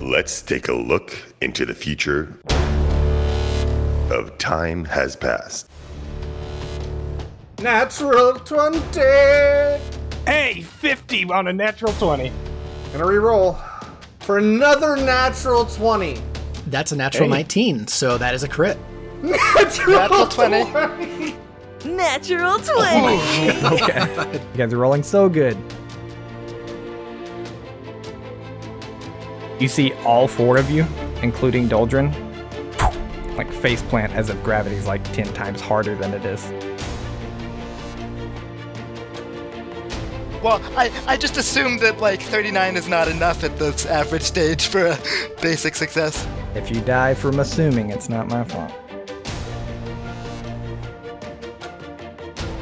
Let's take a look into the future of Time Has Passed. Natural 20! Gonna Hey, 50 on a natural 20. reroll. For another natural 20. That's a natural 19, so that is a crit. Natural, Natural 20. Natural 20. Okay. you guys are rolling so good. You see all four of you, including Doldrin, like face plant as if gravity's like 10 times harder than it is. Well, I, I just assumed that like 39 is not enough at this average stage for a basic success. If you die from assuming, it's not my fault.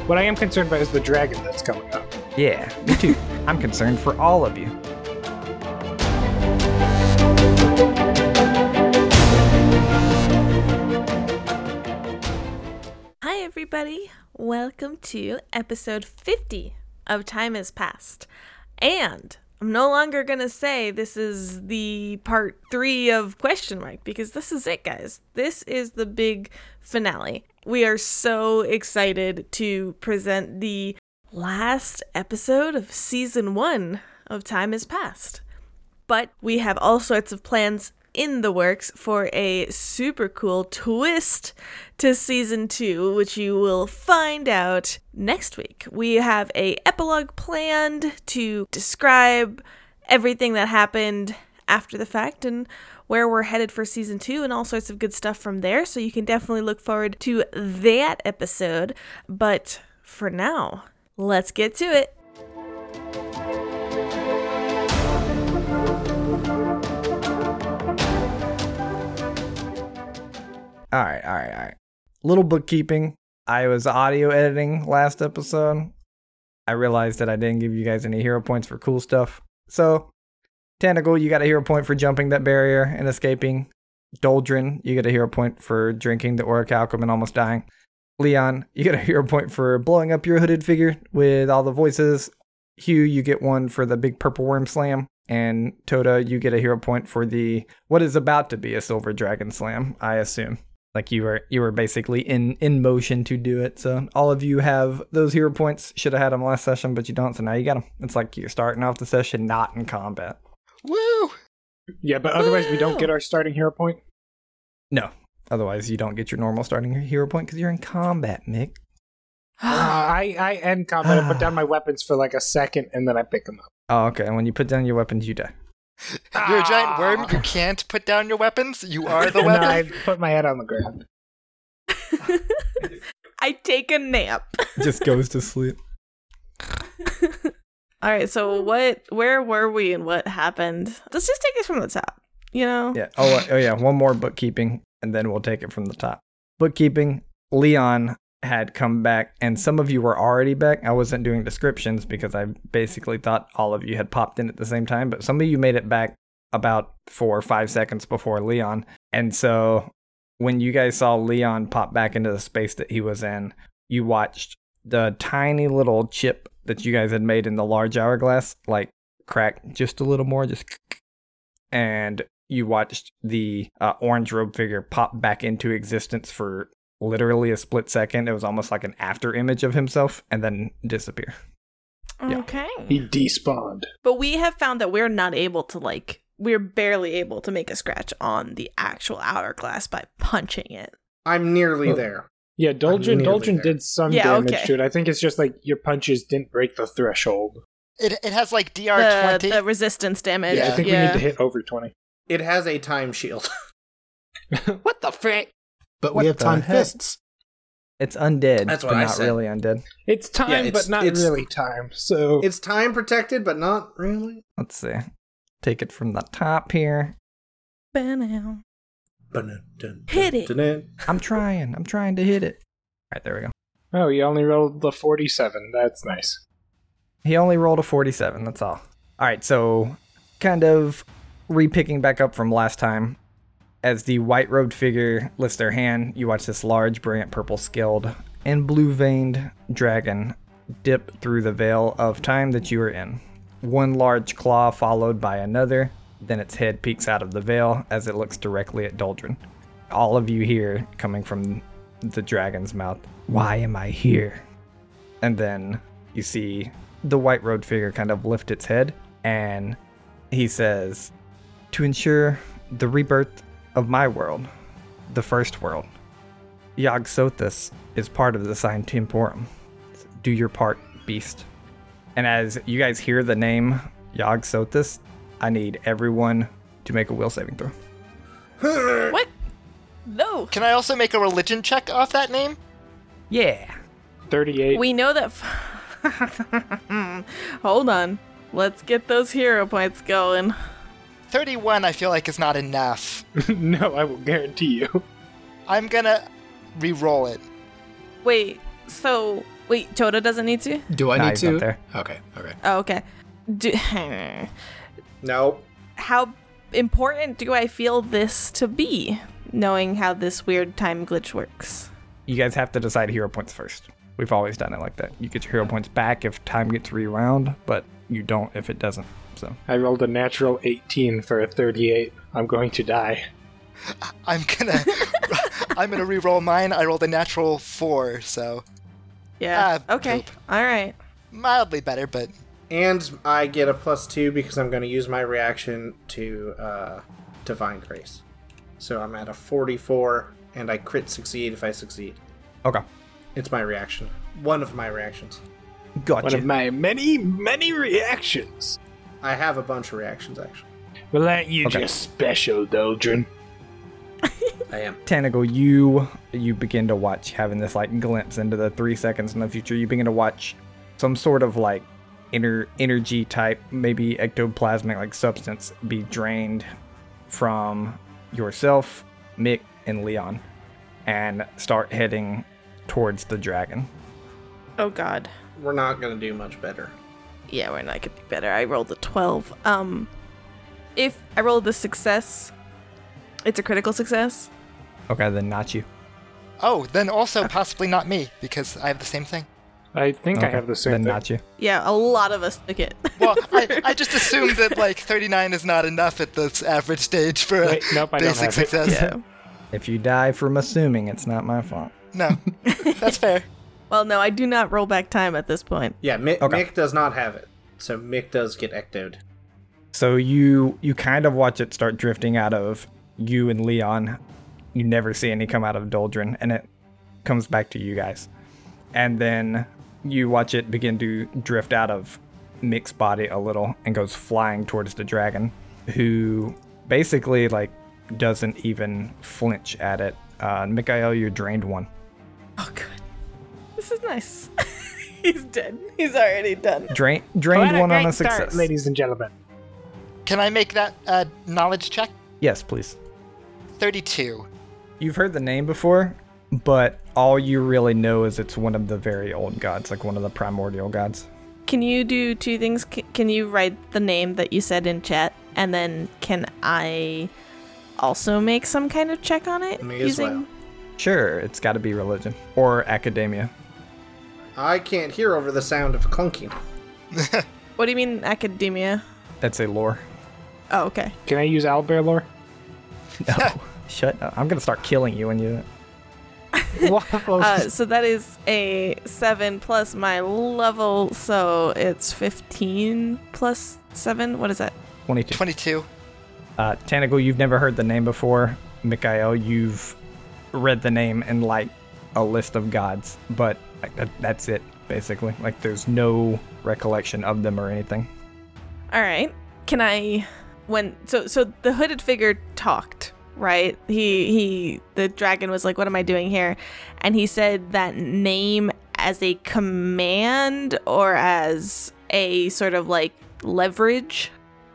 What I am concerned about is the dragon that's coming up. Yeah, me too. I'm concerned for all of you. Hi, everybody. Welcome to episode 50 of Time Has Passed. And I'm no longer going to say this is the part three of Question Mark because this is it, guys. This is the big finale. We are so excited to present the last episode of season one of Time Has Passed but we have all sorts of plans in the works for a super cool twist to season 2 which you will find out next week. We have a epilogue planned to describe everything that happened after the fact and where we're headed for season two and all sorts of good stuff from there. So you can definitely look forward to that episode. But for now, let's get to it. All right, all right, all right. Little bookkeeping. I was audio editing last episode. I realized that I didn't give you guys any hero points for cool stuff. So, Tentacle, you got a hero point for jumping that barrier and escaping. Doldrin, you get a hero point for drinking the orichalcum and almost dying. Leon, you get a hero point for blowing up your hooded figure with all the voices. Hugh, you get one for the big purple worm slam. And Toda, you get a hero point for the what is about to be a silver dragon slam, I assume like you were you were basically in in motion to do it so all of you have those hero points should have had them last session but you don't so now you got them it's like you're starting off the session not in combat Woo! Yeah, but otherwise we don't get our starting hero point. no otherwise you don't get your normal starting hero point because you're in combat mick Uh, I, I end combat and put down my weapons for like a second and then I pick them up. oh okay and when you put down your weapons you die You're a giant worm. You can't put down your weapons. You are the And weapon. I put my head on the ground. I take a nap. just goes to sleep All right, so what where were we and what happened? Let's just take it from the top. You know? yeah oh uh, oh yeah one more bookkeeping and then we'll take it from the top bookkeeping leon had come back and some of you were already back i wasn't doing descriptions because i basically thought all of you had popped in at the same time but some of you made it back about four or five seconds before leon and so when you guys saw leon pop back into the space that he was in you watched the tiny little chip that you guys had made in the large hourglass like crack just a little more just and you watched the uh, orange robe figure pop back into existence for literally a split second. It was almost like an after image of himself and then disappear. Yeah. Okay. He despawned. But we have found that we're not able to like we're barely able to make a scratch on the actual hourglass by punching it. I'm nearly Oh. there. Yeah, I'm Doldrin nearly Doldrin there. did some Yeah, damage okay. to it. I think it's just like your punches didn't break the threshold. It, it has like The, DR20. the resistance damage. Yeah, I think we need to hit over twenty. It has a time shield. what the frick? But What we have the time heck? fists. It's undead, That's what but I not said. really undead. It's time, Yeah, it's- but not it's- really time. So it's time protected, but not really. Let's see. Take it from the top here. Ba-now. Dun, dun, Hit it. dun, dun. I'm trying. I'm trying to hit it. All right, there we go. oh, you only rolled the forty-seven. That's nice. He only rolled a 47, that's all. All right, so kind of repicking back up from last time. As the white robed figure lifts their hand, you watch this large, brilliant purple skilled and blue veined dragon dip through the veil of time that you are in. One large claw followed by another Then its head peeks out of the veil as it looks directly at Doldrin. All of you hear coming from the dragon's mouth, Why am I here? And then you see the white robed figure kind of lift its head and he says, To ensure the rebirth of my world, the first world, Yog Sothis is part of the Sign Temporum. Do your part, beast. And as you guys hear the name Yog Sothis, I need everyone to make a will saving throw. What? No. Can I also make a religion check off that name? Yeah. 38. We know that. F- Hold on. Let's get those hero points going. 31 I feel like is not enough. no, I will guarantee you. I'm gonna re-roll it. Wait. So wait, Toda doesn't need to. Do I Nah, need he's to? not there. Okay, okay. Oh, okay. Do, Nope. how important do I feel this to be? Knowing how this weird time glitch works. You guys have to decide hero points first. We've always done it like that. You get your hero points back if time gets rewound, but you don't if it doesn't. So I rolled a natural 18 for a 38. I'm going to die. I'm gonna I'm gonna re-roll mine. I rolled a natural four, so Yeah. Ah, okay. poop. All right. mildly better, but And I get a plus two because I'm going to use my reaction to uh, Divine Grace. So I'm at a 44, and I crit succeed if I succeed. okay, It's my reaction. One of my reactions. gotcha. One of my many, many reactions. I have a bunch of reactions, actually. Well, aren't you Okay. just special, Doldrin? I am. Tanagle, you you begin to watch having this like glimpse into the three seconds in the future. You begin to watch some sort of like inner energy type, maybe ectoplasmic like substance be drained from yourself, Mick, and Leon, and start heading towards the dragon. Oh God. We're not going to do much better. Yeah, we're not gonna be better. I rolled a twelve. Um, if I rolled a success, it's a critical success. Okay, then not you. oh, then also possibly not me, because I have the same thing. I think I Okay, have the same Then thing. not you. Yeah, a lot of us took it. Well, I, I just assumed that like 39 is not enough at this average stage for Wait, a nope, I don't basic have it. success. yeah. If you die from assuming, it's not my fault. No, that's fair. Well, no, I do not roll back time at this point. Yeah, Mi- Okay. Mick does not have it. So Mick does get ectoed. So you you kind of watch it start drifting out of you and Leon. You never see any come out of Doldrin, and it comes back to you guys. And then you watch it begin to drift out of Mick's body a little and goes flying towards the dragon, who basically like doesn't even flinch at it. Uh, Mikael, you're drained one. Oh God, this is nice. He's dead. He's already done. Drain, Well, drained had one on great a start, success. ladies and gentlemen. Can I make that uh, knowledge check? Yes, please. 32. You've heard the name before, but all you really know is it's one of the very old gods, like one of the primordial gods. Can you do two things? C- can you write the name that you said in chat, and then can I also make some kind of check on it May as well. using? Sure, it's got to be religion or academia. I can't hear over the sound of clunking. What do you mean academia? That's a lore. Oh, okay. Can I use owlbear lore? No, shut up. Uh, I'm gonna start killing you when you. Waffles. Uh, so that is a seven plus my level, so it's fifteen plus seven. What is that? 22. 22. Uh, Tanagle, you've never heard the name before. Mikael, you've read the name in like a list of gods, but like, that, that's it basically. Like there's no recollection of them or anything. All right. Can I? When so so the hooded figure talked, right? He he the dragon was like, "What am I doing here?" And he said that name as a command or as a sort of like leverage.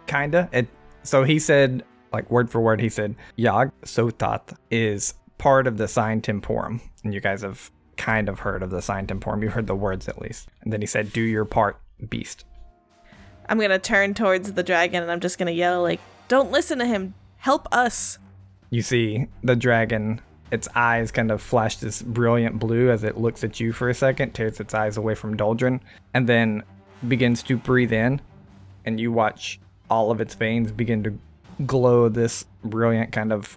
kinda. It, so he said, like word for word, he said, Yag Sotat is part of the sign temporum. And you guys have kind of heard of the sign temporum. You heard the words at least. And then he said, Do your part, beast. I'm gonna turn towards the dragon and I'm just gonna yell like, "Don't listen to him. Help us." You see the dragon, its eyes kind of flash this brilliant blue as it looks at you for a second, tears its eyes away from Doldrin, and then begins to breathe in. And you watch all of its veins begin to glow this brilliant kind of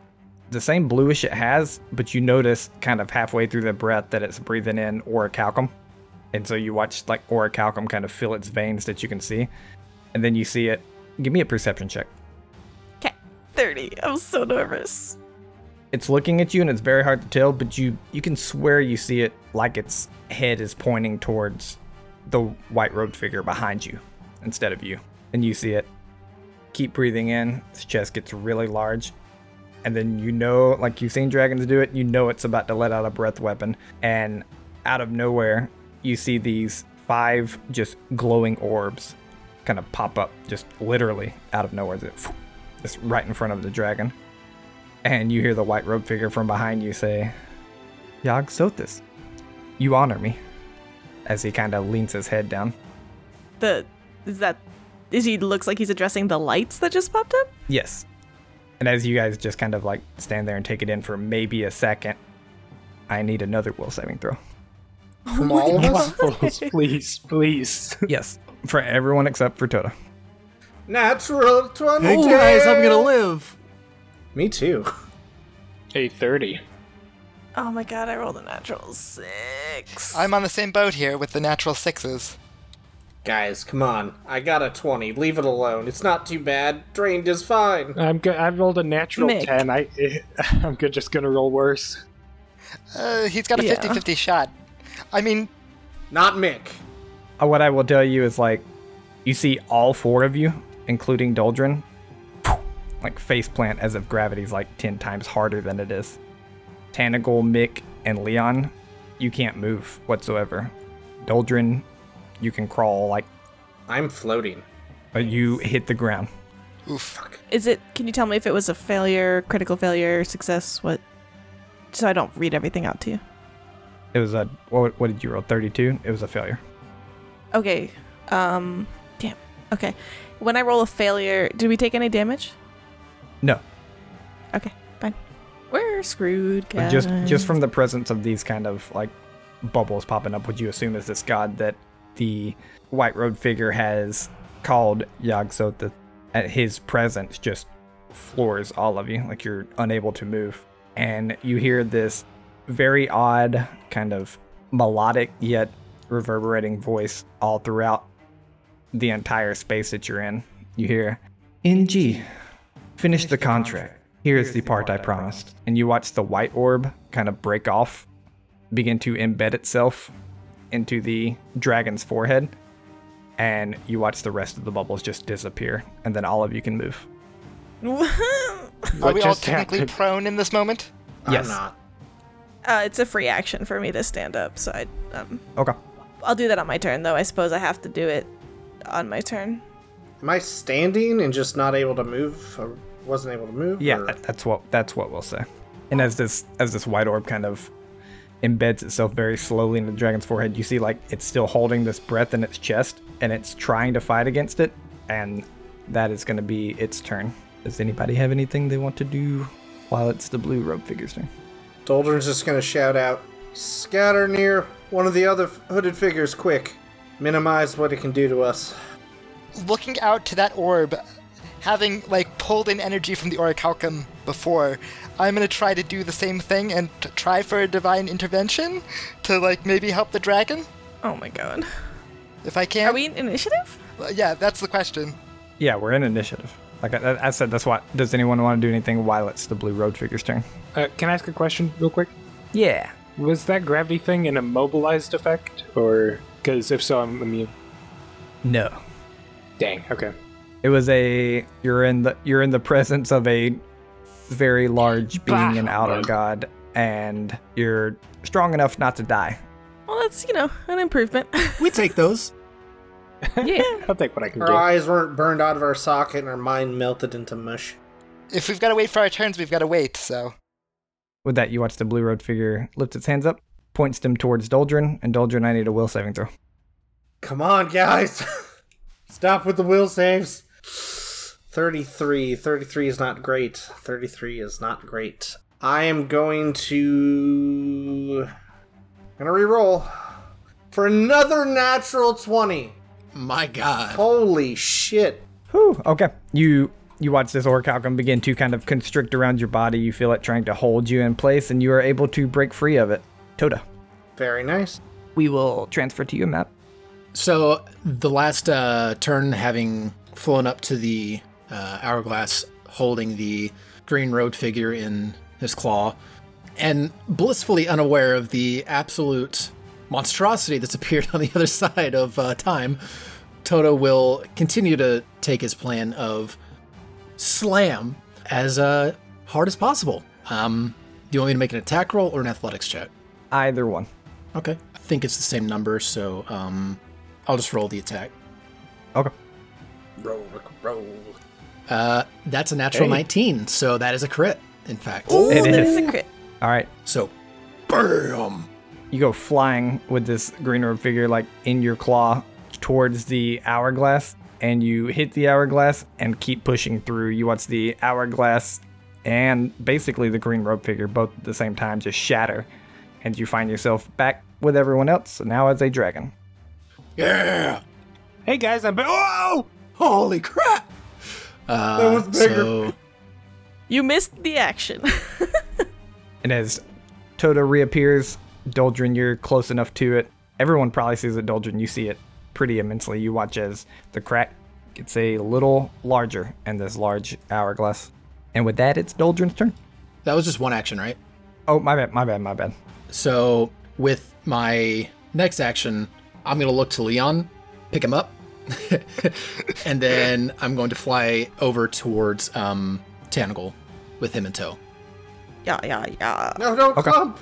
the same bluish it has, but you notice kind of halfway through the breath that it's breathing in orichalcum. And so you watch like orichalcum kind of fill its veins that you can see. And then you see it. Give me a perception check. Okay, 30. I'm so nervous. It's looking at you and it's very hard to tell, but you you can swear you see it like its head is pointing towards the white robed figure behind you instead of you. And you see it keep breathing in. Its chest gets really large. And then you know, like you've seen dragons do it, you know it's about to let out a breath weapon. And out of nowhere, you see these five just glowing orbs kind of pop up, just literally out of nowhere. Just just right in front of the dragon. And you hear the white robe figure from behind you say, Yog Sothis, you honor me. As he kind of leans his head down. The is that is he looks like he's addressing the lights that just popped up? Yes. And as you guys just kind of like stand there and take it in for maybe a second, I need another will saving throw. From all of us? please, please. yes. For everyone except for Tota. Natural 20. Hey guys, I'm gonna live. Me too. Hey, 30. Oh my god, I rolled a natural six. I'm on the same boat here with the natural sixes. Guys, come on. I got a 20. Leave it alone. It's not too bad. Drained is fine. I'm good. I rolled a natural Mick. 10. I, I'm good, just gonna roll worse. Uh, he's got a Yeah. 50 50 shot. I mean, Not Mick. Uh, What I will tell you is like, you see all four of you, including Doldrin, like face plant as if gravity's like 10 times harder than it is. Tanagal, Mick, and Leon, you can't move whatsoever. Doldrin, you can crawl like, I'm floating. but you hit the ground. Is it can you tell me if it was a failure, critical failure, success, what so I don't read everything out to you. It was a, what, what did you roll? 32? It was a failure. Okay. Um damn. Okay. When I roll a failure, did we take any damage? No, Okay, fine. We're screwed, guys. But just just from the presence of these kind of like bubbles popping up, would you assume is this god that the white robed figure has called Yog Sothoth? At his presence, just floors all of you, like you're unable to move, and you hear this very odd kind of melodic yet reverberating voice all throughout the entire space that you're in. You hear, "NG, Finish the contract. Here is the part I promised. And you watch the white orb kind of break off, begin to embed itself into the dragon's forehead, and you watch the rest of the bubbles just disappear, and then all of you can move. are we all just technically happened? prone in this moment? Yes. I'm not. uh, it's a free action for me to stand up, so I um Okay. I'll do that on my turn though. I suppose I have to do it on my turn. Am I standing and just not able to move? Or wasn't able to move? Yeah, or- that- that's what that's what we'll say. And as this as this white orb kind of embeds itself very slowly in the dragon's forehead, you see like it's still holding this breath in its chest, and it's trying to fight against it, and that is going to be its turn. Does anybody have anything they want to do while it's the blue robe figure's turn? Doldrin's just gonna shout out, "Scatter near one of the other hooded figures, quick! Minimize what it can do to us." Looking out to that orb, having like pulled in energy from the orichalcum before, I'm gonna try to do the same thing and t- try for a divine intervention to like maybe help the dragon Oh my god. if I can. Are we in initiative? Well, Yeah, that's the question. Yeah, we're in initiative. Like I, I said, that's why. Does anyone want to do anything while it's the blue robe figure's turn? Uh, can I ask a question real quick? Yeah. Was that gravity thing an immobilized effect? Or. Because if so, I'm immune. No. Dang, okay. It was a you're in the you're in the presence of a very large being and outer god, and you're strong enough not to die. Well, that's you know an improvement. We take those. yeah. I'll take what I can Our get. eyes weren't burned out of our socket, and our mind melted into mush. If we've got to wait for our turns, we've got to wait. So With that, you watch the blue road figure lift its hands up, points them towards Doldrin, and Doldrin, I need a will saving throw. Come on, guys! Stop with the will saves. 33. 33 is not great. 33 is not great. I am going to. I'm gonna reroll for another natural 20. My God. Holy shit. Whew. Okay. You you watch this orcalcum begin to kind of constrict around your body. You feel it trying to hold you in place, and you are able to break free of it. Toda. Very nice. We will transfer to you, Matt. So the last uh, turn, having flown up to the uh, hourglass, holding the green road figure in his claw, and blissfully unaware of the absolute monstrosity that's appeared on the other side of uh, time, Toto will continue to take his plan of slam as uh, hard as possible. Um, do you want me to make an attack roll or an athletics check? Either one. Okay. I think it's the same number, so um, I'll just roll the attack. Okay. Roll, roll. Uh, that's a natural 19, so that is a crit, in fact. Ooh, It that is is. a crit. All right. So, bam! You go flying with this green robe figure like in your claw towards the hourglass, and you hit the hourglass and keep pushing through. You watch the hourglass and basically the green robe figure both at the same time just shatter, and you find yourself back with everyone else now as a dragon. Yeah! Hey guys, I'm. Ba- Whoa! Holy crap! Uh, that was bigger. So, You missed the action. And as Toto reappears, Doldrin, you're close enough to it. Everyone probably sees it, Doldrin. You see it pretty immensely. You watch as the crack gets a little larger in this large hourglass. And with that, it's Doldrin's turn. that was just one action, right? Oh, my bad, my bad, my bad. So, with my next action, I'm going to look to Leon, pick him up, and then I'm going to fly over towards um, Tanagal with him in tow. yeah, yeah, yeah. No, don't clump.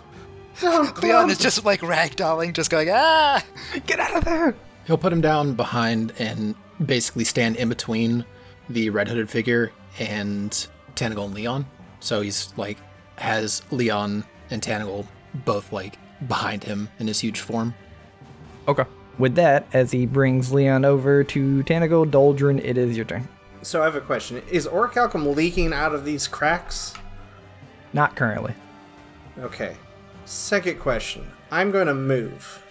Don't Leon clump. is just like ragdolling, just going, ah! Get out of there! He'll put him down behind and basically stand in between the red hooded figure and Tanagal and Leon. So he's like has Leon and Tanagal both like behind him in his huge form. Okay. With that, as he brings Leon over to Tanago, Doldrin, it is your turn. So I have a question: Is orichalcum leaking out of these cracks? Not currently. Okay. Second question: I'm going to move.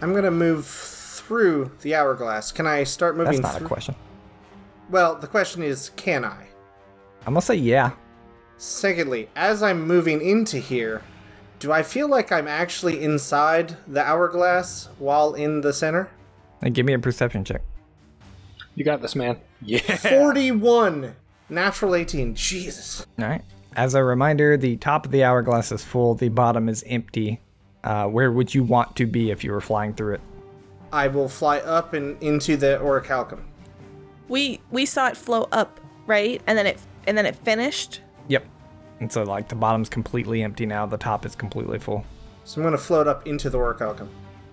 I'm going to move through the hourglass. Can I start moving? That's not a through- question. Well, the question is, can I? I'm gonna say yeah. Secondly, as I'm moving into here, do I feel like I'm actually inside the hourglass while in the center? And give me a perception check. You got this, man. Yeah. 41! Natural 18. Jesus. All right. As a reminder, the top of the hourglass is full, the bottom is empty. Uh, where would you want to be if you were flying through it? I will fly up and into the orichalcum. We we saw it flow up, right? And then it and then it finished. Yep. And so, like, the bottom's completely empty now, the top is completely full. So I'm going to float up into the orichalcum.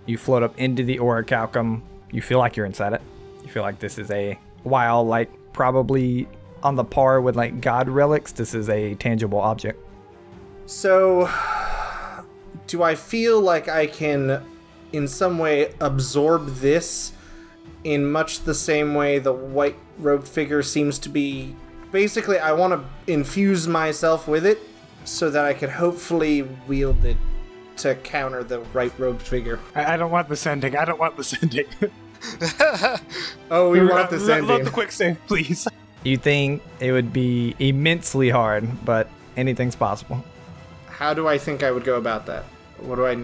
You float up into the orichalcum. You feel like you're inside it. You feel like this is a, while, like, probably on the par with, like, god relics, this is a tangible object. So, do I feel like I can, in some way, absorb this in much the same way the white robed figure seems to be? Basically, I want to infuse myself with it so that I could hopefully wield it to counter the white robed figure. I, I don't want this ending. I don't want this ending. Oh, we want this Lo- load ending. the quick save, please. You think it would be immensely hard, but anything's possible. How do I think I would go about that? What do I,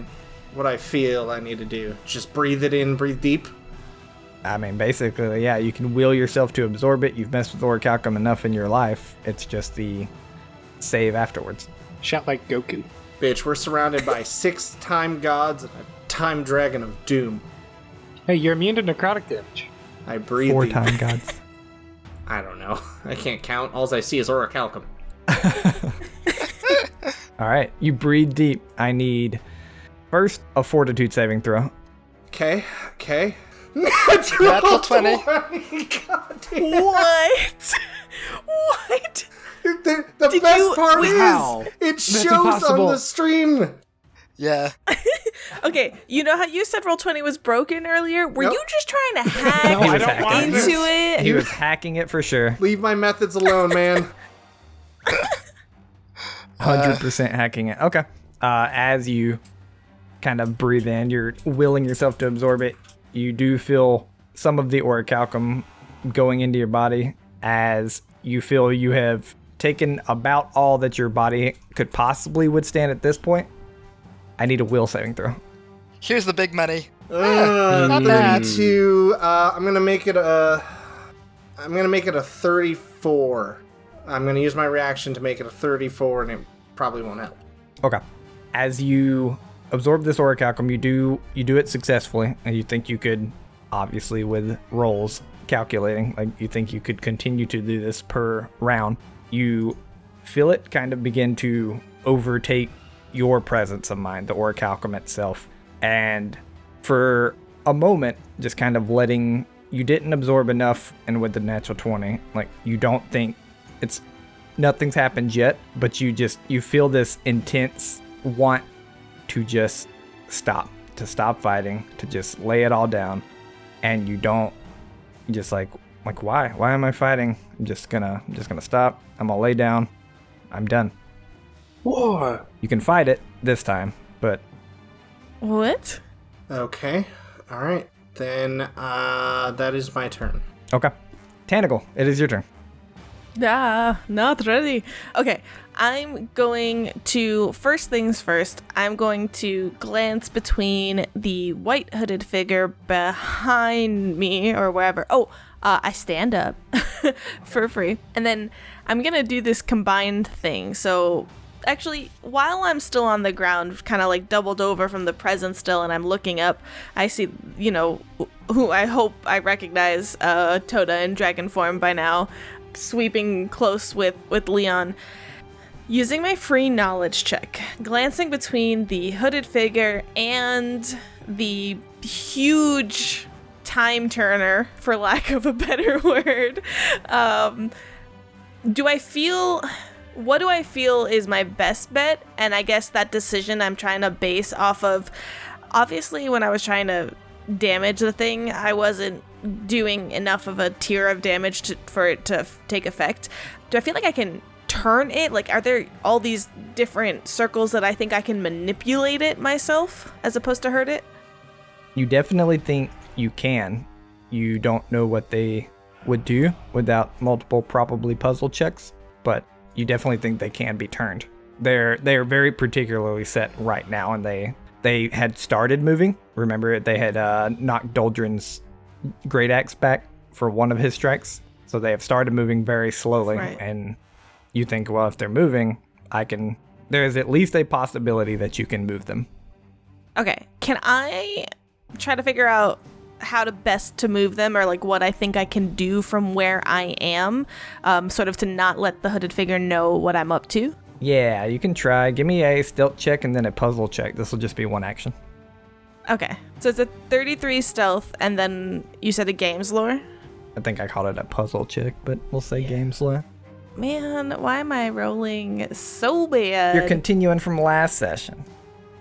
what I feel I need to do? Just breathe it in, breathe deep. I mean, basically, yeah, you can will yourself to absorb it. You've messed with Orichalcum enough in your life. It's just the save afterwards. Shout like Goku. Bitch, we're surrounded by six time gods and a time dragon of doom. Hey, you're immune to necrotic damage. I breathe. Four the- time gods. I don't know. I can't count. All I see is orichalcum. All right, you breathe deep. I need first a fortitude saving throw. Okay. Okay. Natural 20. God damn. What? what? The, the Did best you- part is How? it shows on impossible. the stream. Yeah. Okay, you know how you said roll twenty was broken earlier? Were Nope. you just trying to hack No, I don't was hacking. want this. into it? He was hacking it for sure. Leave my methods alone, man. 100% hacking it. Okay. Uh, as you kind of breathe in, you're willing yourself to absorb it. You do feel some of the orichalcum going into your body. as you feel you have taken about all that your body could possibly withstand at this point. I need a will saving throw. Here's the big money. Uh, not bad. 32. Uh, I'm gonna make it a. I'm gonna make it a 34. I'm gonna use my reaction to make it a 34, and it probably won't help. Okay. As you absorb this auric calcum, you do you do it successfully, and you think you could, obviously, with rolls calculating, like you think you could continue to do this per round. You feel it kind of begin to overtake your presence of mind, the auric calcum itself, and for a moment, just kind of letting you didn't absorb enough, and with the natural twenty, like you don't think it's nothing's happened yet, but you just you feel this intense want to just stop, to stop fighting, to just lay it all down, and you don't you just like like why? Why am I fighting? I'm just gonna I'm just gonna stop. I'm gonna lay down. I'm done. War. You can fight it this time, but What? Okay. All right. Then uh, that is my turn. okay. Tanigal, it is your turn. Ah, not ready. Okay, I'm going to first things first. I'm going to glance between the white hooded figure behind me or wherever. Oh, uh, I stand up for free, and then I'm gonna do this combined thing. So. Actually, while I'm still on the ground, kind of like doubled over from the present still, and I'm looking up, I see, you know, who I hope I recognize uh, Toda in dragon form by now sweeping close with with Leon. Using my free knowledge check, glancing between the hooded figure and the huge time turner, for lack of a better word, um, do I feel. What do I feel is my best bet? And I guess that decision I'm trying to base off of. Obviously, when I was trying to damage the thing, I wasn't doing enough of a tier of damage to, for it to f- take effect. Do I feel like I can turn it? Like, are there all these different circles that I think I can manipulate it myself as opposed to hurt it? You definitely think you can. You don't know what they would do without multiple probably puzzle checks, but you definitely think they can be turned. They're they are very particularly set right now, and they they had started moving. Remember, they had uh, knocked Doldrin's great axe back for one of his strikes, so they have started moving very slowly. Right. And you think, well, if they're moving, I can. There is at least a possibility that you can move them. Okay. Can I try to figure out how to best to move them or like what I think I can do from where I am, um, sort of to not let the hooded figure know what I'm up to? Yeah, you can try. Give me a stealth check and then a puzzle check. This will just be one action. Okay. So it's a 33 stealth and then you said a games lore? I think I called it a puzzle check, but we'll say game slow. Man, why am I rolling so bad? You're continuing from last session.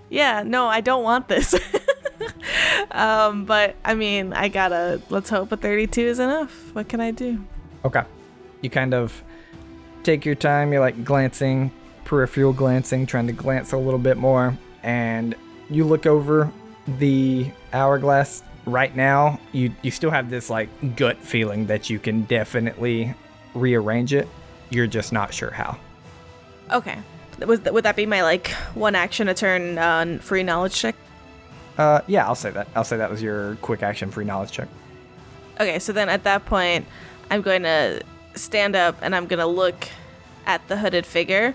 yeah, no, I don't want this. um, but I mean, I gotta. Let's hope a 32 is enough. What can I do? Okay. You kind of take your time. You're like glancing, peripheral glancing, trying to glance a little bit more. And you look over the hourglass. Right now, you, you still have this like gut feeling that you can definitely rearrange it. You're just not sure how. Okay, was th- would that be my like one action a turn uh, free knowledge check? Uh, yeah, I'll say that. I'll say that was your quick action free knowledge check. Okay, so then at that point, I'm going to stand up and I'm gonna look at the hooded figure.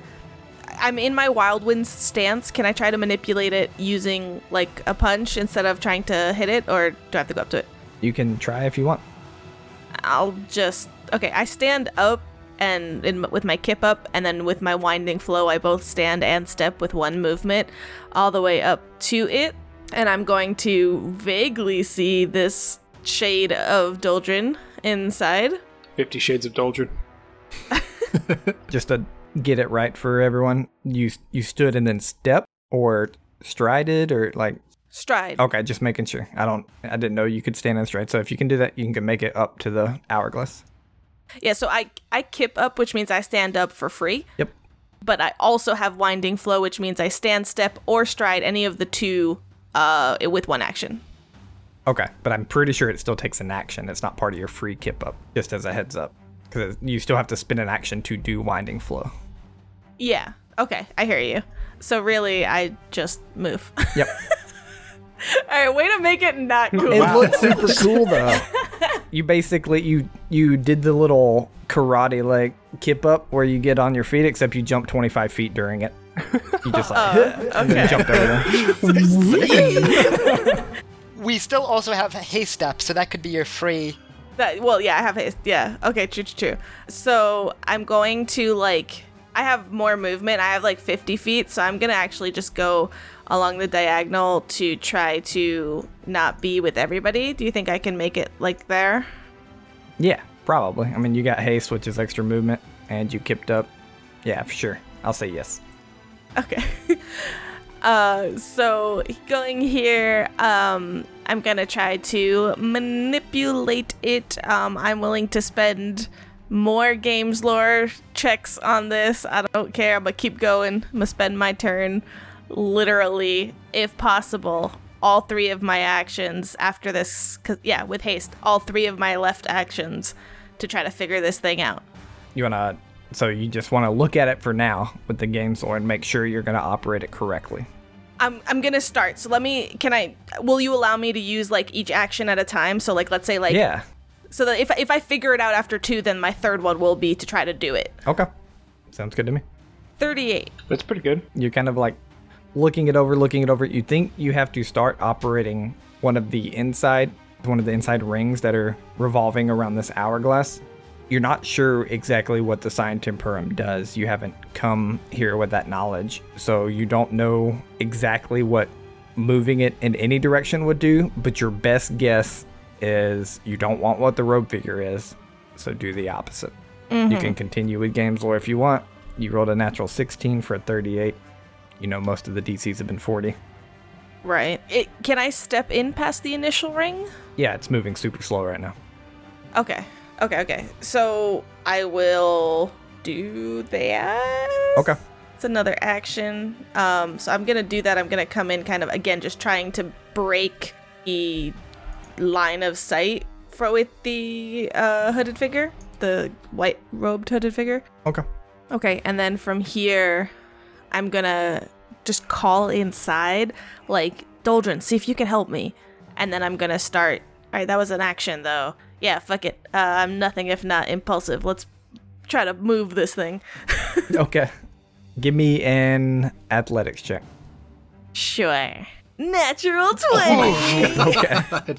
I- I'm in my wild winds stance. Can I try to manipulate it using like a punch instead of trying to hit it, or do I have to go up to it? You can try if you want. I'll just okay. I stand up and in, with my kip up, and then with my winding flow, I both stand and step with one movement, all the way up to it. And I'm going to vaguely see this shade of Doldrin inside. Fifty Shades of Doldrin. Just to get it right for everyone, you you stood and then stepped or strided or like Stride. okay, just making sure. I don't I didn't know you could stand and stride. So if you can do that, you can make it up to the hourglass. Yeah. So I I kip up, which means I stand up for free. Yep. But I also have winding flow, which means I stand, step, or stride any of the two uh, with one action. Okay, but I'm pretty sure it still takes an action. It's not part of your free kip up. Just as a heads up, because because you still have to spin an action to do winding flow. Yeah. Okay, I hear you. So really, I just move. Yep. All right, way to make it not cool. It looked super cool though. You basically you you did the little karate like kip up where you get on your feet, except you jump 25 feet during it. You just like and then jumped over them. We still also have haste step, so that could be your free. That, well, yeah, I have haste. Yeah. Okay, true, true, true. So I'm going to like I have more movement. I have like 50 feet, so I'm gonna actually just go along the diagonal to try to not be with everybody. Do you think I can make it like there? Yeah, probably. I mean, you got haste, which is extra movement, and you kipped up. Yeah, for sure. I'll say yes. Okay. Uh, so going here, um, I'm gonna try to manipulate it. Um, I'm willing to spend more games lore checks on this. I don't care. I'm gonna keep going. I'm gonna spend my turn, literally, if possible, all three of my actions after this. Cause yeah, with haste, all three of my left actions to try to figure this thing out. You wanna so you just wanna look at it for now with the game store and make sure you're gonna operate it correctly. I'm I'm gonna start. So let me. Can I? Will you allow me to use like each action at a time? So like, let's say like. Yeah. So that if if I figure it out after two, then my third one will be to try to do it. Okay. Sounds good to me. Thirty-eight. That's pretty good. You're kind of like looking it over, looking it over. You think you have to start operating one of the inside, one of the inside rings that are revolving around this hourglass. You're not sure exactly what the sign temporum does. You haven't come here with that knowledge, so you don't know exactly what moving it in any direction would do. But your best guess is you don't want what the robe figure is, so do the opposite. You can continue with games lore if you want. You rolled a natural 16 for a 38. You know, most of the DCs have been 40. Right. It, can I step in past the initial ring? Yeah, it's moving super slow right now. Okay. Okay. Okay. So I will do that. Okay. It's another action. Um, so I'm gonna do that. I'm gonna come in kind of again, just trying to break the line of sight for with the uh, hooded figure, the white robed hooded figure. Okay. Okay, and then from here, I'm gonna just call inside, like, Doldrin, see if you can help me. And then I'm gonna start. Alright, that was an action, though. Yeah, fuck it. Uh, I'm nothing if not impulsive. Let's try to move this thing. Okay. Give me an athletics check. Sure. Natural 20! Okay.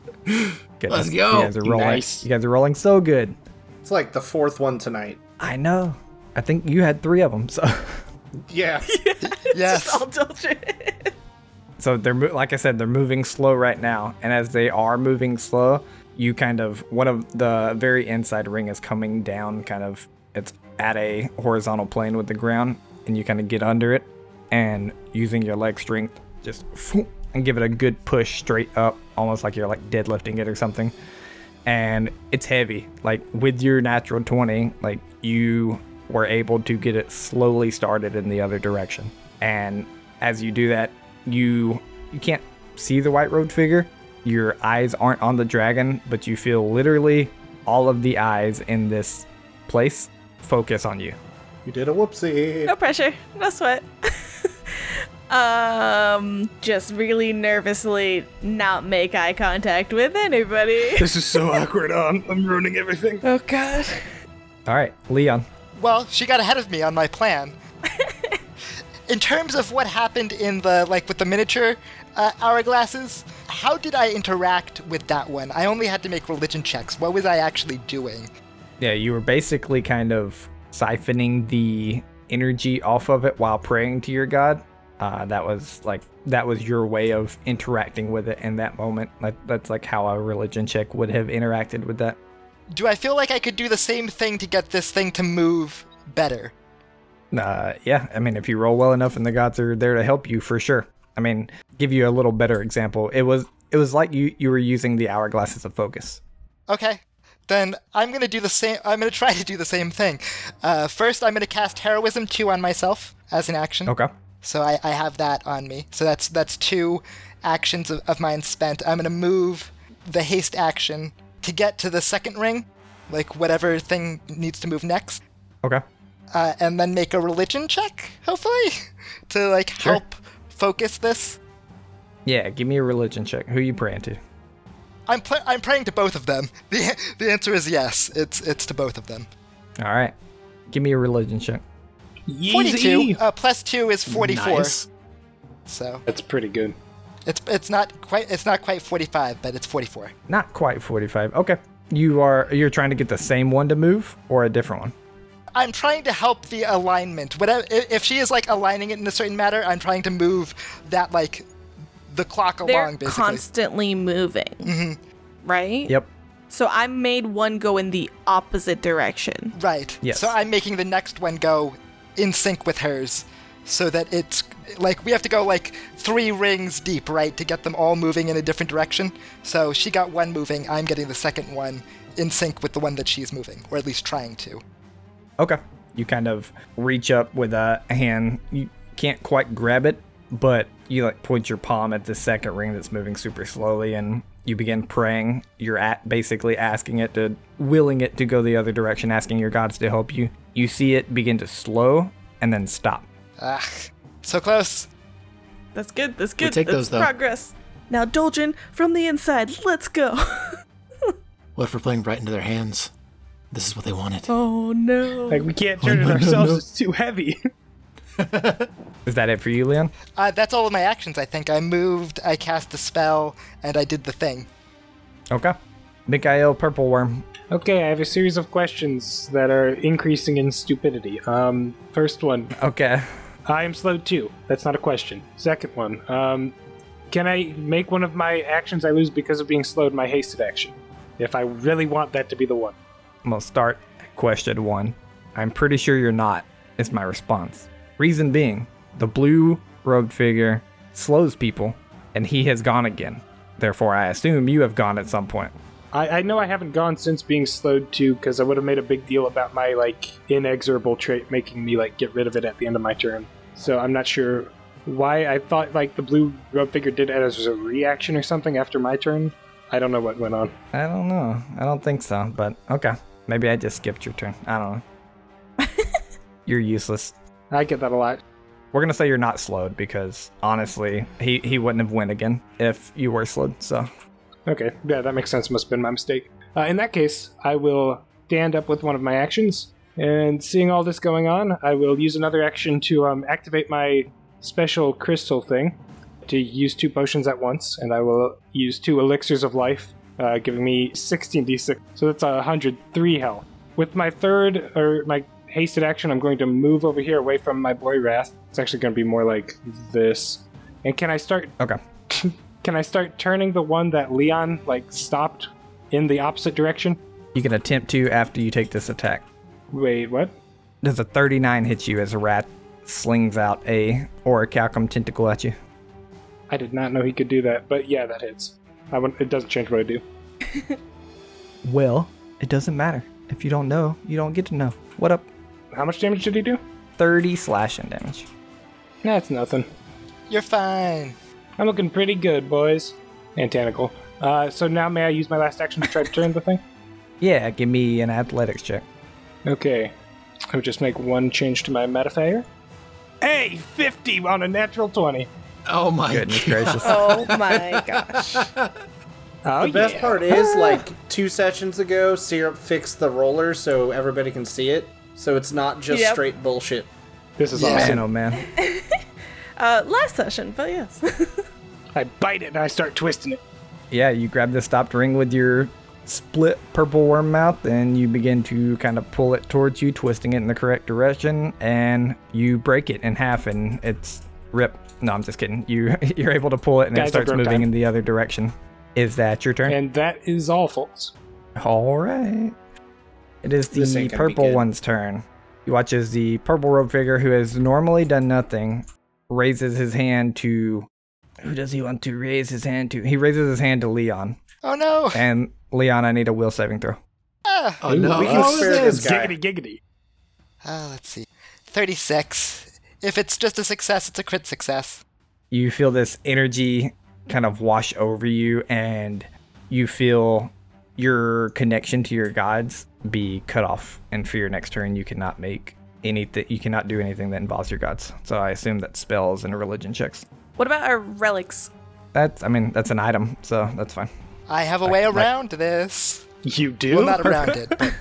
Good. Let's go. You guys are rolling. Nice. You guys are rolling so good. It's like the fourth one tonight. I know. I think you had three of them. So, Yeah. Yes. All Doldrin. so they're mo- like I said, they're moving slow right now, and as they are moving slow, you kind of one of the very inside ring is coming down. Kind of, it's at a horizontal plane with the ground, and you kind of get under it, and using your leg strength, just and give it a good push straight up, almost like you're like deadlifting it or something. and it's heavy. Like with your natural 20, like you were able to get it slowly started in the other direction. And as you do that, you you can't see the white road figure. Your eyes aren't on the dragon, but you feel literally all of the eyes in this place focus on you. you did a whoopsie. No pressure. No sweat. um, just really nervously not make eye contact with anybody. This is so awkward. On I'm ruining everything. Oh god. All right, Leon. Well, she got ahead of me on my plan. in terms of what happened in the like with the miniature uh, hourglasses, how did I interact with that one? I only had to make religion checks. What was I actually doing? Yeah, you were basically kind of siphoning the energy off of it while praying to your god. Uh, that was like that was your way of interacting with it in that moment. Like that's like how a religion check would have interacted with that. Do I feel like I could do the same thing to get this thing to move better? Uh, yeah, I mean, if you roll well enough and the gods are there to help you, for sure. I mean, give you a little better example. It was it was like you you were using the hourglass as a focus. Okay. Then I'm gonna do the same. I'm gonna try to do the same thing. Uh, first, I'm gonna cast heroism two on myself as an action. Okay. So I, I have that on me. So that's that's two actions of, of mine spent. I'm gonna move the haste action to get to the second ring, like whatever thing needs to move next, Okay. uh, and then make a religion check, hopefully, to like help focus this. Yeah, give me a religion check. Who you praying to? I'm pl- I'm praying to both of them. the The answer is yes. It's it's to both of them. All right. Give me a religion check. Forty-two Yeezy. uh, plus two is forty-four. Nice. So That's pretty good. it's it's not quite it's not quite forty-five, but it's forty-four. Not quite 45. Okay. You are you're trying to get the same one to move or a different one? I'm trying to help the alignment. Whatever, i- if she is like aligning it in a certain matter, I'm trying to move that like the clock They're along. Basically, constantly moving. Mm-hmm. Right? Yep. So I made one go in the opposite direction. right? Yes. So I'm making the next one go in sync with hers, so that it's like we have to go like three rings deep, right, to get them all moving in a different direction. So she got one moving. I'm getting the second one in sync with the one that she's moving, or at least trying to. Okay. You kind of reach up with a hand. You can't quite grab it, but you like point your palm at the second ring that's moving super slowly and you begin praying. You're at basically asking it to willing it to go the other direction, asking your gods to help you. You see it begin to slow and then stop. Ah, so close. That's good. That's good. take that's those, though. progress. Now, Dolgen, from the inside, let's go. What if we're playing right into their hands? This is what they wanted. oh no. Like we can't turn it ourselves. It's too heavy. Is that it for you, Leon? Uh, that's all of my actions. I think I moved, I cast a spell, and I did the thing. Okay. Mikhail Purple Worm. Okay, I have a series of questions that are increasing in stupidity. Um, first one, Okay. I am slowed too. That's not a question. Second one, um, can I make one of my actions I lose because of being slowed my hasted action? If I really want that to be the one. I'm gonna start at question one. I'm pretty sure you're not, is my response. Reason being, the blue robed figure slows people, and he has gone again. Therefore, I assume you have gone at some point. I, I know I haven't gone since being slowed too because I would have made a big deal about my like inexorable trait making me like get rid of it at the end of my turn. So I'm not sure why I thought like the blue robe figure did it as a reaction or something after my turn. I don't know what went on. I don't know. I don't think so, but okay. Maybe I just skipped your turn. I don't know. you're useless. I get that a lot. We're gonna say you're not slowed because honestly, he, he wouldn't have went again if you were slowed. So Okay, yeah, that makes sense. Must have been my mistake. Uh, in that case, I will stand up with one of my actions, and seeing all this going on, I will use another action to um, activate my special crystal thing to use two potions at once, and I will use two elixirs of life, uh, giving me 16d6. So that's uh, 103 health. With my third or my hasted action, I'm going to move over here away from my boy Wrath. It's actually going to be more like this. And can I start okay. can I start turning the one that Leon like stopped in the opposite direction? You can attempt to after you take this attack. Wait, what? Does a 39 hit you as a rat slings out a orichalcum tentacle at you? I did not know he could do that, but yeah, that hits. I wouldn't- it doesn't change what I do. Well, it doesn't matter. If you don't know, you don't get to know. What up? How much damage did he do? 30 slashing damage. That's nothing. You're fine. I'm looking pretty good, boys. And tentacle. Uh, so now may I use my last action to try to turn the thing? Yeah, give me an athletics check. Okay. I would just make one change to my modifier. Hey, 50 on a natural 20. Oh my god. Goodness gracious. Oh my gosh. Oh, The best yeah. part is, like two sessions ago, Syrup fixed the roller so everybody can see it, so it's not just Yep. straight bullshit. This is Man, awesome. oh man. Uh, last session, but yes. I bite it and I start twisting it. Yeah, you grab the stopped ring with your split purple worm mouth and you begin to kind of pull it towards you, twisting it in the correct direction, and you break it in half and it's ripped. No, I'm just kidding. You you're able to pull it and Guys, it I starts broke moving time. in the other direction. Is that your turn? And that is all, folks. All right. It is This the ain't gonna be purple good. one's turn. He watches the purple robe figure who has normally done nothing raises his hand to. Who does he want to raise his hand to? He raises his hand to Leon. Oh no! And Leon, I need a will saving throw. Ah, Oh no. we can that's- spare this guy. Giggity giggity. Ah, let's see. 36. If it's just a success, it's a crit success. You feel this energy kind of wash over you, and you feel your connection to your gods be cut off, and for your next turn, you cannot make anything. You cannot do anything that involves your gods. So I assume that spells and religion checks. What about our relics? That's, I mean, that's an item, so that's fine. I have a way around this. You do? Well, not around it, but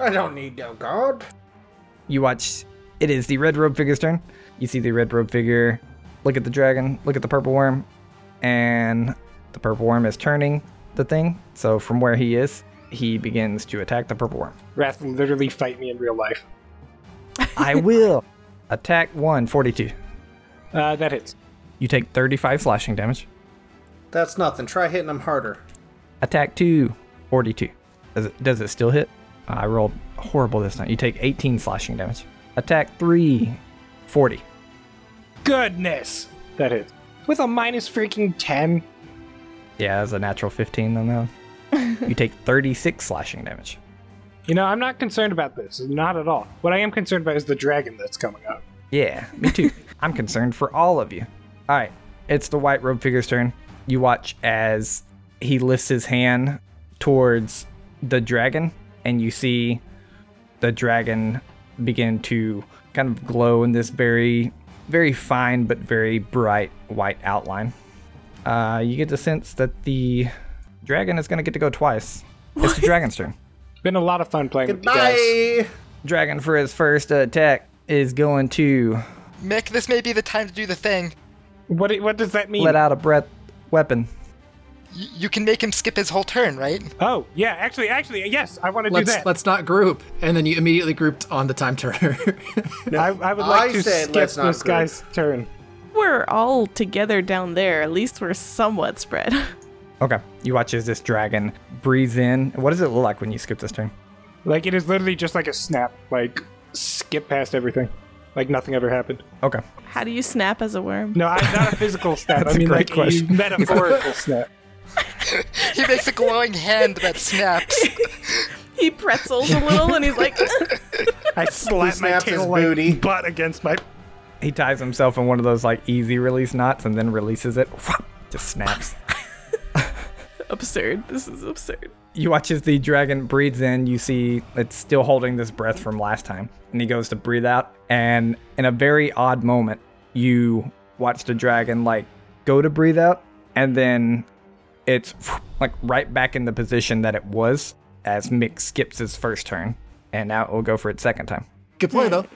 I don't need no god. You watch. It is the red robe figure's turn. You see the red robe figure. Look at the dragon. Look at the purple worm, and the purple worm is turning the thing. So from where he is, he begins to attack the purple worm. Wrath will literally fight me in real life. I will attack one forty-two. Uh, that hits. You take thirty-five slashing damage. That's nothing. Try hitting him harder. Attack two, 42. Does it, does it still hit? I rolled horrible this time. You take 18 slashing damage. Attack three, 40. Goodness! That hits. With a minus freaking 10. Yeah, that's a natural 15 on that one. you take 36 slashing damage. You know, I'm not concerned about this. Not at all. What I am concerned about is the dragon that's coming up. Yeah, me too. I'm concerned for all of you. All right, it's the white robe figure's turn. You watch as he lifts his hand towards the dragon, and you see the dragon begin to kind of glow in this very, very fine but very bright white outline. Uh, you get the sense that the dragon is going to get to go twice. It's the dragon's turn. Been a lot of fun playing with you guys. Goodbye. Dragon for his first attack is going to Mick, this may be the time to do the thing. What, i- what does that mean? let out a breath weapon. Y- you can make him skip his whole turn, right? Oh, yeah, actually, actually, yes, I want to do Let's that. let's not group. And then you immediately grouped on the time turner. I, I would like I to said skip let's this not group. guy's turn. We're all together down there. At least we're somewhat spread. Okay, you watch as this dragon breathes in. What does it look like when you skip this turn? Like, it is literally just like a snap. Like, skip past everything. Like, nothing ever happened. Okay, How do you snap as a worm? No, I, not a physical snap. That's I a mean, like, great a question. metaphorical snap. He makes a glowing hand that snaps. He pretzels a little and he's like, I slap my snaps his tail like, booty. butt against my he ties himself in one of those like easy release knots and then releases it. Just snaps. absurd. This is absurd. you watch as the dragon breathes in. You see it's still holding this breath from last time, and he goes to breathe out. And in a very odd moment, you watch the dragon like go to breathe out, and then it's like right back in the position that it was as Mick skips his first turn, and now it will go for its second time. Good play though.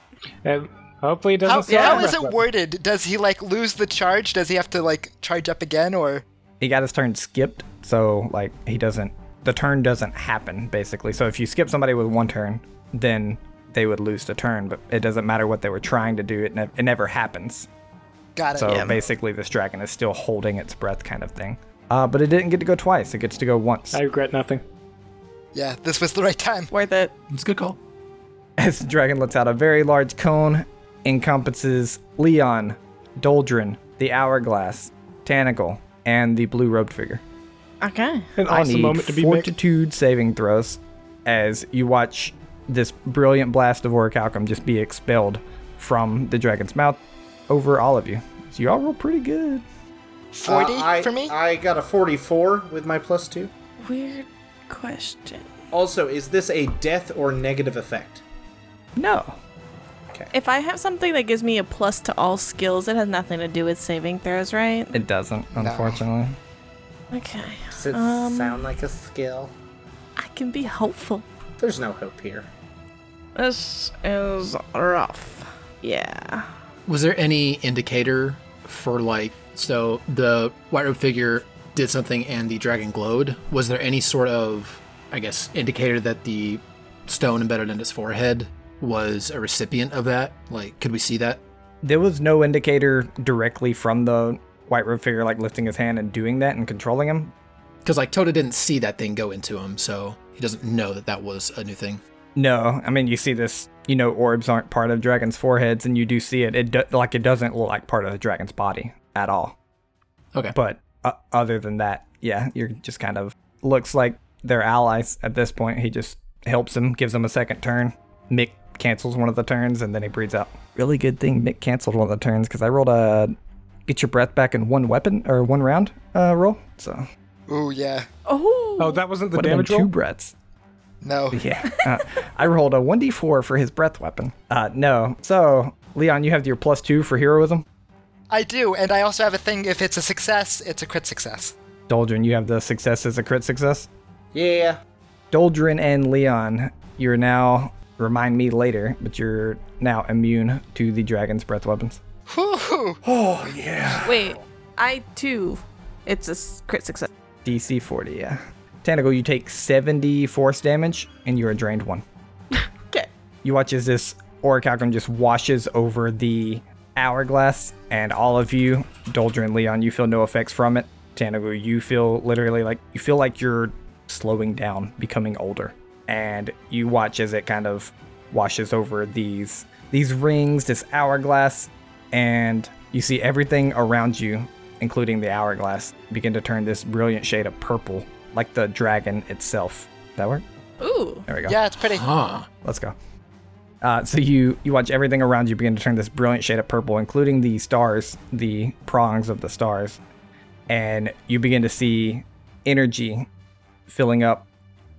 And hopefully it How, doesn't how slap is us. it worded? Does he like lose the charge? Does he have to like charge up again or he got his turn skipped, so like he doesn't the turn doesn't happen basically. So if you skip somebody with one turn, then they would lose the turn, but it doesn't matter what they were trying to do, it, ne- it never happens. got it? So basically, this dragon is still holding its breath, kind of thing. Uh, but it didn't get to go twice, it gets to go once. I regret nothing. Yeah, this was the right time. Worth it. It's a good call. As the dragon lets out a very large cone, encompasses Leon, Doldrin, the Hourglass, Tanagal, and the blue robed figure. Okay. An I awesome need moment to be made. fortitude saving throws as you watch this brilliant blast of Orichalcum just be expelled from the dragon's mouth over all of you. So you all roll pretty good. Uh, 40 I- for me? I got a 44 with my plus two. Weird question. Also, is this a death or negative effect? No. If I have something that gives me a plus to all skills, it has nothing to do with saving throws, right? It doesn't, unfortunately. Okay. Does it Um, sound like a skill? I can be hopeful. There's no hope here. This is rough. Yeah. Was there any indicator for like so the white robe figure did something and the dragon glowed? Was there any sort of I guess indicator that the stone embedded in its forehead was a recipient of that? Like could we see that? There was no indicator directly from the white robe figure like lifting his hand and doing that and controlling him. Cuz like Toda didn't see that thing go into him, so he doesn't know that that was a new thing. No, I mean you see this. You know, orbs aren't part of dragons' foreheads, and you do see it. It do, like it doesn't look like part of the dragon's body at all. Okay. But uh, other than that, yeah, you're just kind of looks like they're allies at this point. He just helps him, gives him a second turn. Mick cancels one of the turns, and then he breathes out. Really good thing Mick canceled one of the turns because I rolled a get your breath back in one weapon or one round uh, roll. So Ooh, yeah. Oh. Oh, that wasn't the Would've been damage two roll? breaths. No. Yeah. Uh, I rolled a 1d4 for his breath weapon. Uh, no. So, Leon, you have your plus two for heroism. I do, and I also have a thing if it's a success, it's a crit success. Doldrin, you have the success as a crit success. Yeah. Doldrin and Leon, you're now, remind me later, but you're now immune to the dragon's breath weapons. Whew! Oh yeah. Wait. I too. It's a s- crit success. DC 40, yeah. Tentacle, you take 70 force damage and you are drained one. Okay. You watch as this orichalcum just washes over the hourglass, and all of you, Doldrin and Leon, you feel no effects from it. Tanagu, you feel literally like you feel like you're slowing down, becoming older, and you watch as it kind of washes over these these rings, this hourglass, and you see everything around you, including the hourglass, begin to turn this brilliant shade of purple, like the dragon itself. That work? Ooh. There we go. Yeah, it's pretty. Huh. Let's go. Uh, so you you watch everything around you begin to turn this brilliant shade of purple, including the stars, the prongs of the stars, and you begin to see energy filling up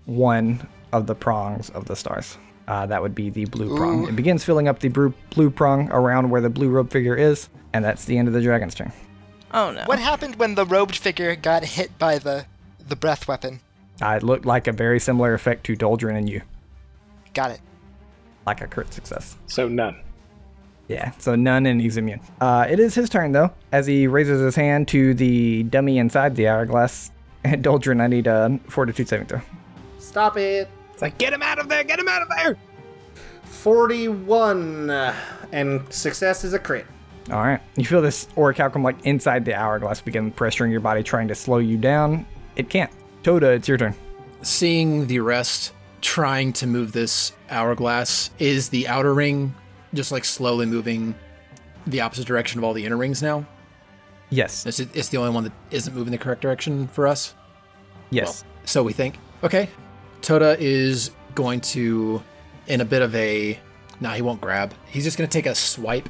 one of the prongs of the stars. Uh, that would be the blue prong. It begins filling up the blue, blue prong around where the blue robe figure is, and that's the end of the dragon's turn. Oh no. What happened when the robed figure got hit by the the breath weapon? Uh, it looked like a very similar effect to Doldrin and you, Got it. like a crit success. So none. Yeah, so none and he's immune. Uh, it is his turn though, as he raises his hand to the dummy inside the hourglass. And Doldrin, I need a fortitude saving throw. Stop it. It's like, get him out of there! Get him out of there! Forty-one, uh, and success is a crit. All right, you feel this orichalcum like inside the hourglass begin pressuring your body, trying to slow you down. It can't. Toda, it's your turn. Seeing the rest trying to move this hourglass, is the outer ring just like slowly moving the opposite direction of all the inner rings now? Yes, It's, it's the only one that isn't moving the correct direction for us. yes. So we think. Okay. Toda is going to, in a bit of a. Nah, he won't grab. He's just going to take a swipe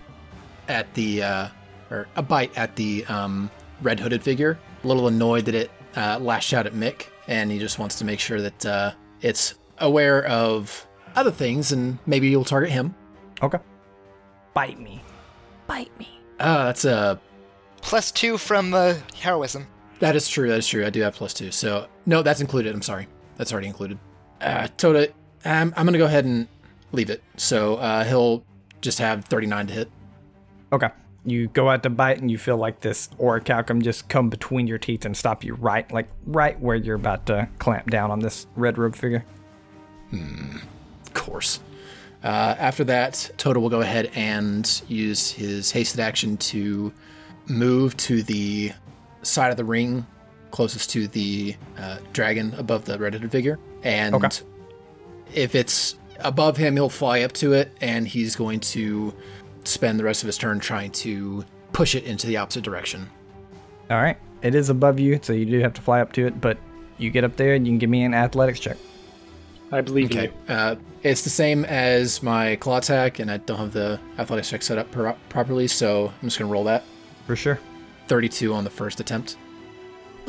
at the. Uh, or a bite at the um, red hooded figure. A little annoyed that it uh, lashed out at Mick, and he just wants to make sure that uh, it's aware of other things and maybe you'll target him. Okay. Bite me. Bite me. Ah, that's a. Plus two from uh, heroism. That is true. That is true. I do have plus two. So, no, that's included. I'm sorry. That's already included. Uh, Toda, I'm, I'm going to go ahead and leave it. So uh, he'll just have 39 to hit. Okay. You go out to bite and you feel like this orichalcum just come between your teeth and stop you right, like right where you're about to clamp down on this red robe figure. Of course. Uh, after that, Toda will go ahead and use his hasted action to move to the side of the ring closest to the uh, dragon above the red-headed figure. And Okay. if it's above him, he'll fly up to it, and he's going to spend the rest of his turn trying to push it into the opposite direction. All right. It is above you, so you do have to fly up to it, but you get up there and you can give me an athletics check. I believe in Okay. you. Uh, it's the same as my claw attack, and I don't have the athletics check set up pro- properly, so I'm just going to roll that. For sure. 32 on the first attempt.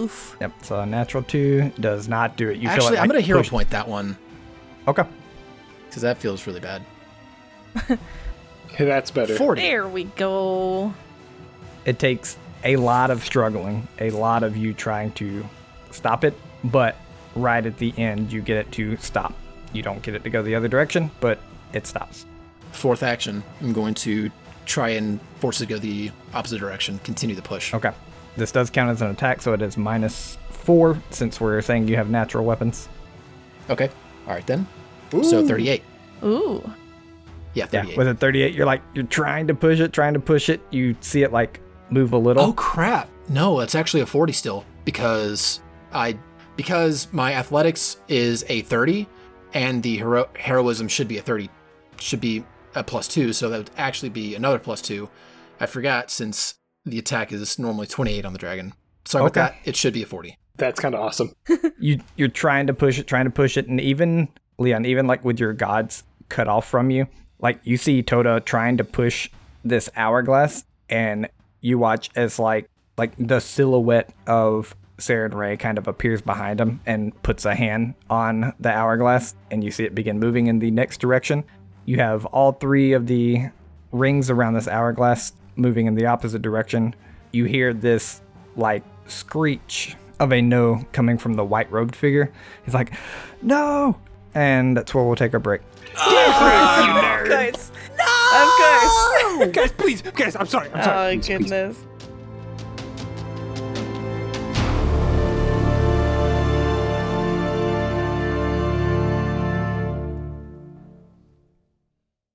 Oof. Yep. So a natural two does not do it. You feel Actually, it, I'm like, going to hero push- point that one Okay. because that feels really bad. Okay, That's better. 40. There we go. It takes a lot of struggling, a lot of you trying to stop it, but right at the end, you get it to stop. You don't get it to go the other direction, but it stops. Fourth action. I'm going to try and force it to go the opposite direction, continue the push. Okay. This does count as an attack, so it is minus four since we're saying you have natural weapons. Okay. All right, then. So 38. Ooh. Yeah, Yeah, 38. with a 38, you're like, you're trying to push it, trying to push it. You see it like move a little. oh, crap. No, it's actually a 40 still because I because my athletics is a 30 and the hero, heroism should be a 30 should be a plus 2, so that would actually be another plus 2. I forgot since the attack is normally 28 on the dragon. Sorry Okay. about that. It should be a 40. That's kind of awesome. You, you're trying to push it, trying to push it. And even, Leon, even like with your gods cut off from you, like you see Toda trying to push this hourglass, and you watch as like, like the silhouette of Saren Ray kind of appears behind him and puts a hand on the hourglass, and you see it begin moving in the next direction. You have all three of the rings around this hourglass moving in the opposite direction. You hear this like screech of a no coming from the white robed figure. He's like, No! And that's where we'll take a break. Of course. Of course. guys, please, guys, I'm sorry. I'm sorry. Oh Please, please. goodness.